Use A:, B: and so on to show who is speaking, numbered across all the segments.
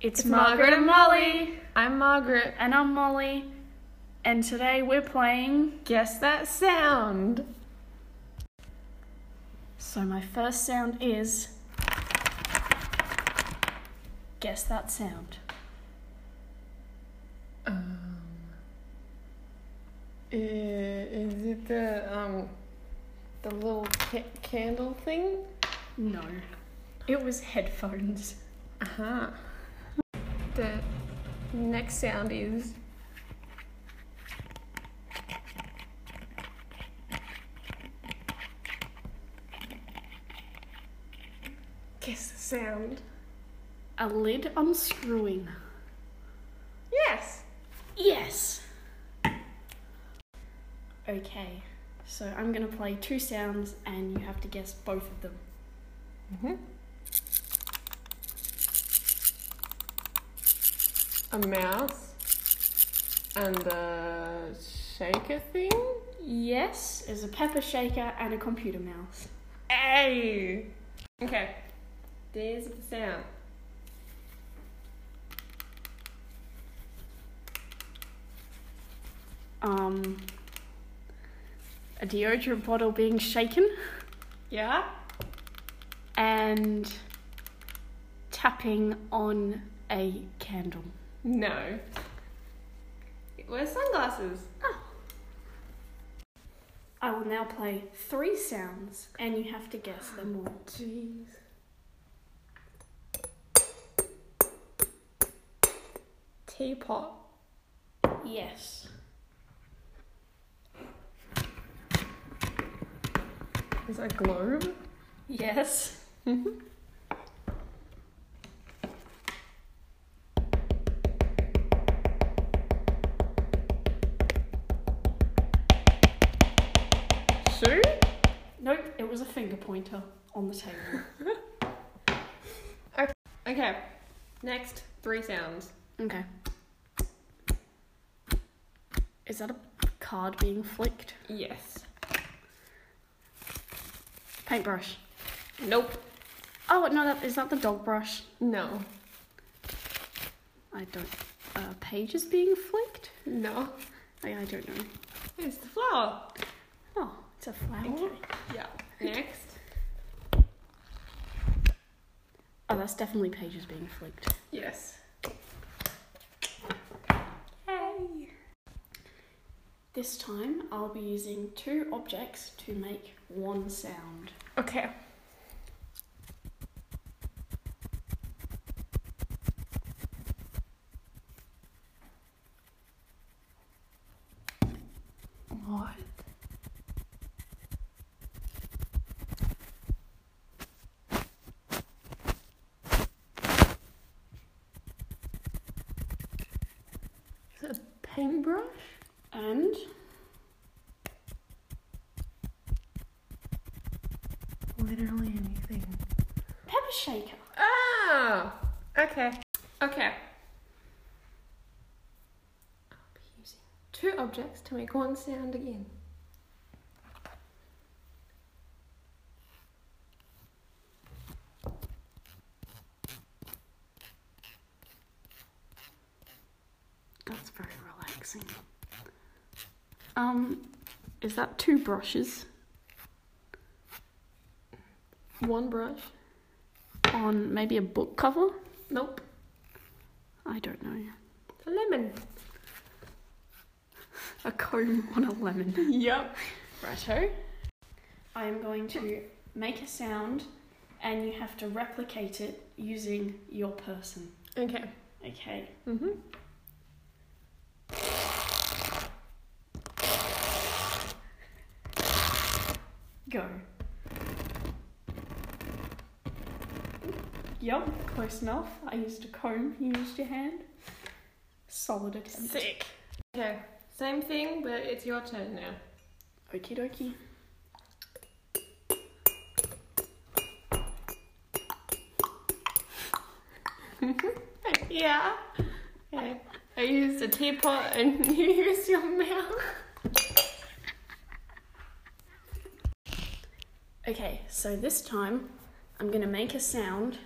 A: It's,
B: It's Margaret and Molly.
A: I'm Margaret.
B: And I'm Molly. And today we're playing.
A: Guess that sound.
B: So my first sound is. Guess that sound.
A: Um, i- is it the um, the little ca- candle thing?
B: No. It was headphones.
A: Uh huh. The next sound is guess the sound.
B: A lid unscrewing.
A: Yes.
B: Yes! Okay, so I'm gonna play two sounds and you have to guess both of them.
A: a mouse and the shaker thing.
B: Yes is a pepper shaker and a computer mouse.
A: Hey. Okay. There's the sound.
B: um, a deodorant bottle being shaken
A: Yeah.
B: and tapping on a candle.
A: No. Where's sunglasses?
B: I will now play three sounds and you have to guess them all.
A: Jeez. Teapot.
B: Yes.
A: Is that a globe?
B: Yes.
A: Shoe?
B: Nope, it was a finger pointer on the table.
A: Okay. Next three sounds.
B: okay. Is that a card being flicked?
A: Yes.
B: Paintbrush.
A: Nope.
B: Oh, no, that is that the dog brush?
A: No.
B: I don't. Uh, pages being flicked?
A: No.
B: I, I don't know.
A: It's the flower.
B: Oh, it's a flower.
A: Yeah. Next.
B: Oh, that's definitely pages being flicked.
A: Yes. Hey.
B: This time I'll be using two objects to make one sound.
A: Okay. What? Is it a paintbrush?
B: And
A: Literally anything.
B: pepper shaker.
A: Ah, okay, okay. I'll be using two objects to make one sound again.
B: That's very relaxing. Um, is that two brushes
A: One brush.
B: on maybe a book cover?
A: Nope.
B: I don't know.
A: A lemon.
B: A comb on a lemon.
A: Yep.
B: Righto. I am going to make a sound and you have to replicate it using your person.
A: Okay.
B: Okay.
A: Mhm.
B: Go. Yup, close enough. I used a comb, you used your hand. Solid attempt.
A: Sick. Okay. Same thing, but it's your turn now.
B: Okie dokie.
A: Yeah. Okay. I used a teapot and you used your mouth.
B: Okay, so this time I'm gonna make a sound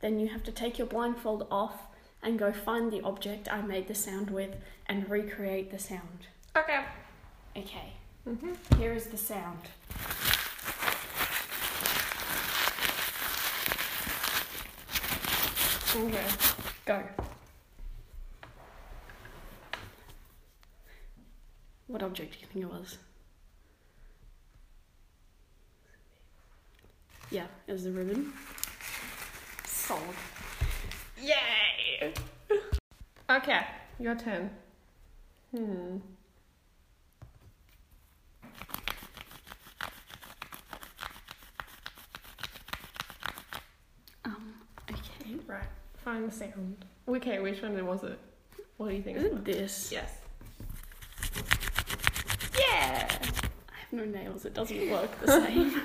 B: then you have to take your blindfold off and go find the object I made the sound with and recreate the sound.
C: Okay.
B: Okay,
A: Mm-hmm.
B: here is the sound.
A: Okay.
B: Go. What object do you think it was? Yeah, it was the ribbon. Solid.
C: Yay!
A: Okay. Your turn. Hmm.
B: Um, okay.
A: Right. Find the sound. Okay. Which one was it? What do you think?
B: Is
A: it was?
B: it this?
A: Yes.
C: Yeah!
B: I have no nails, it doesn't work the same.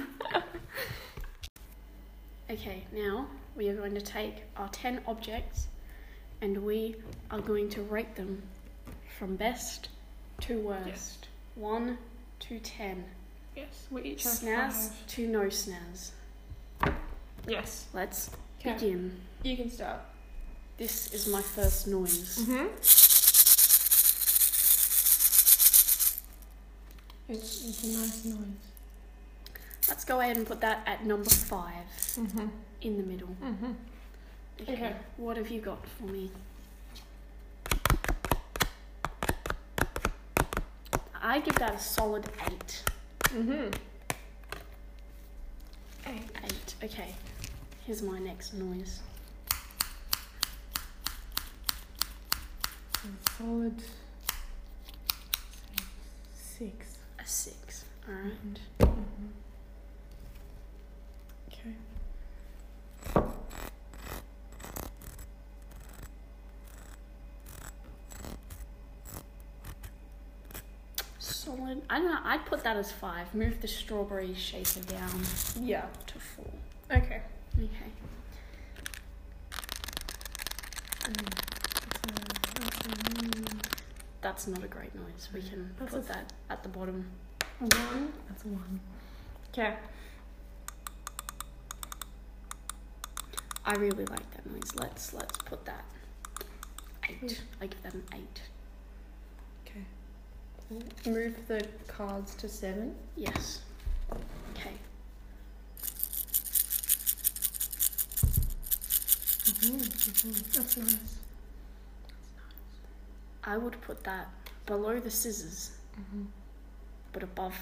B: okay, now we are going to take our 10 objects and we are going to rate them from best to worst.
A: Yes.
B: 1 to 10.
A: Yes. We each have
B: Snaz
A: five.
B: to no snaz.
A: Yes.
B: Let's
A: 'Kay.
B: begin.
A: You can start.
B: This is my first noise.
A: Mm-hmm. It's, it's a nice noise.
B: Let's go ahead and put that at number 5
A: Mm-hmm.
B: in the middle.
A: Mm-hmm. Okay.
B: What have you got for me? I give that a solid eight.
A: Mm-hmm. Hey.
B: Eight. Okay. Here's my next noise.
A: Solid six. mm-hmm.
B: A six. Alright.
A: Okay.
B: Solid. I don't know. I'd put that as five. Move the strawberry shaker down
A: Yeah.
B: to four.
A: Okay.
B: Okay. That's not a great noise. We can
A: Mm-hmm. That's
B: put
A: a-
B: that at the bottom.
A: One. That's a one. Okay.
B: I really like that noise. Let's let's put that eight. I give that an eight.
A: Okay. Move the cards to seven.
B: Yes. Okay.
A: That's nice.
B: I would put that below the scissors,
A: Mm-hmm.
B: but above.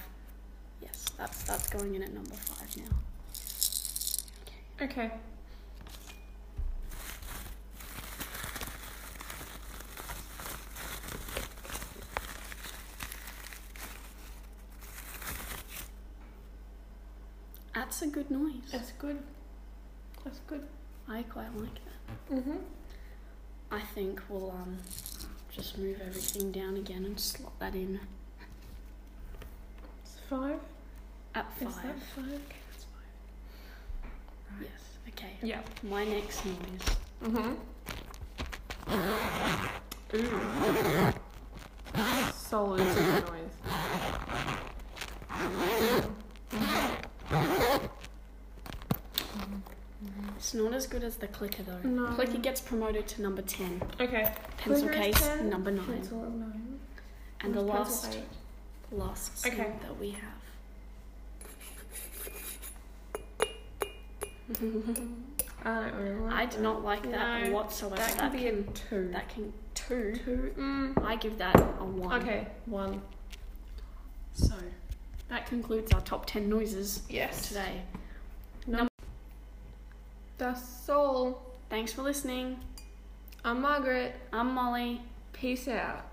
B: Yes, that's that's going in at number five now. Okay.
A: Okay.
B: That's a good noise.
A: That's good. That's good.
B: I quite like that.
A: Mm-hmm.
B: I think we'll um just move everything down again and slot that in
A: It's five.
B: at
A: Is
B: five.
A: that five?
B: Yes. Okay.
A: Yeah.
B: My next noise.
A: Mm-hmm. Ooh. Solid noise.
B: It's not as good as the clicker though.
A: No.
B: Clicker gets promoted to number ten.
A: Okay.
B: Pencil
A: Clicker is
B: case
A: 10,
B: number nine.
A: Pencil nine.
B: And the
A: Pencil
B: last
A: eight.
B: last
A: Okay.
B: sound that we have.
A: I don't really like
B: I do not like that
A: No,
B: whatsoever.
A: That can be a two.
B: that can two.
A: two. Mm.
B: I give that a one.
A: Okay. One.
B: So that concludes our top ten noises
A: Yes.
B: today.
A: That's all.
B: Thanks for listening.
A: I'm Margaret.
B: I'm Molly.
A: Peace out.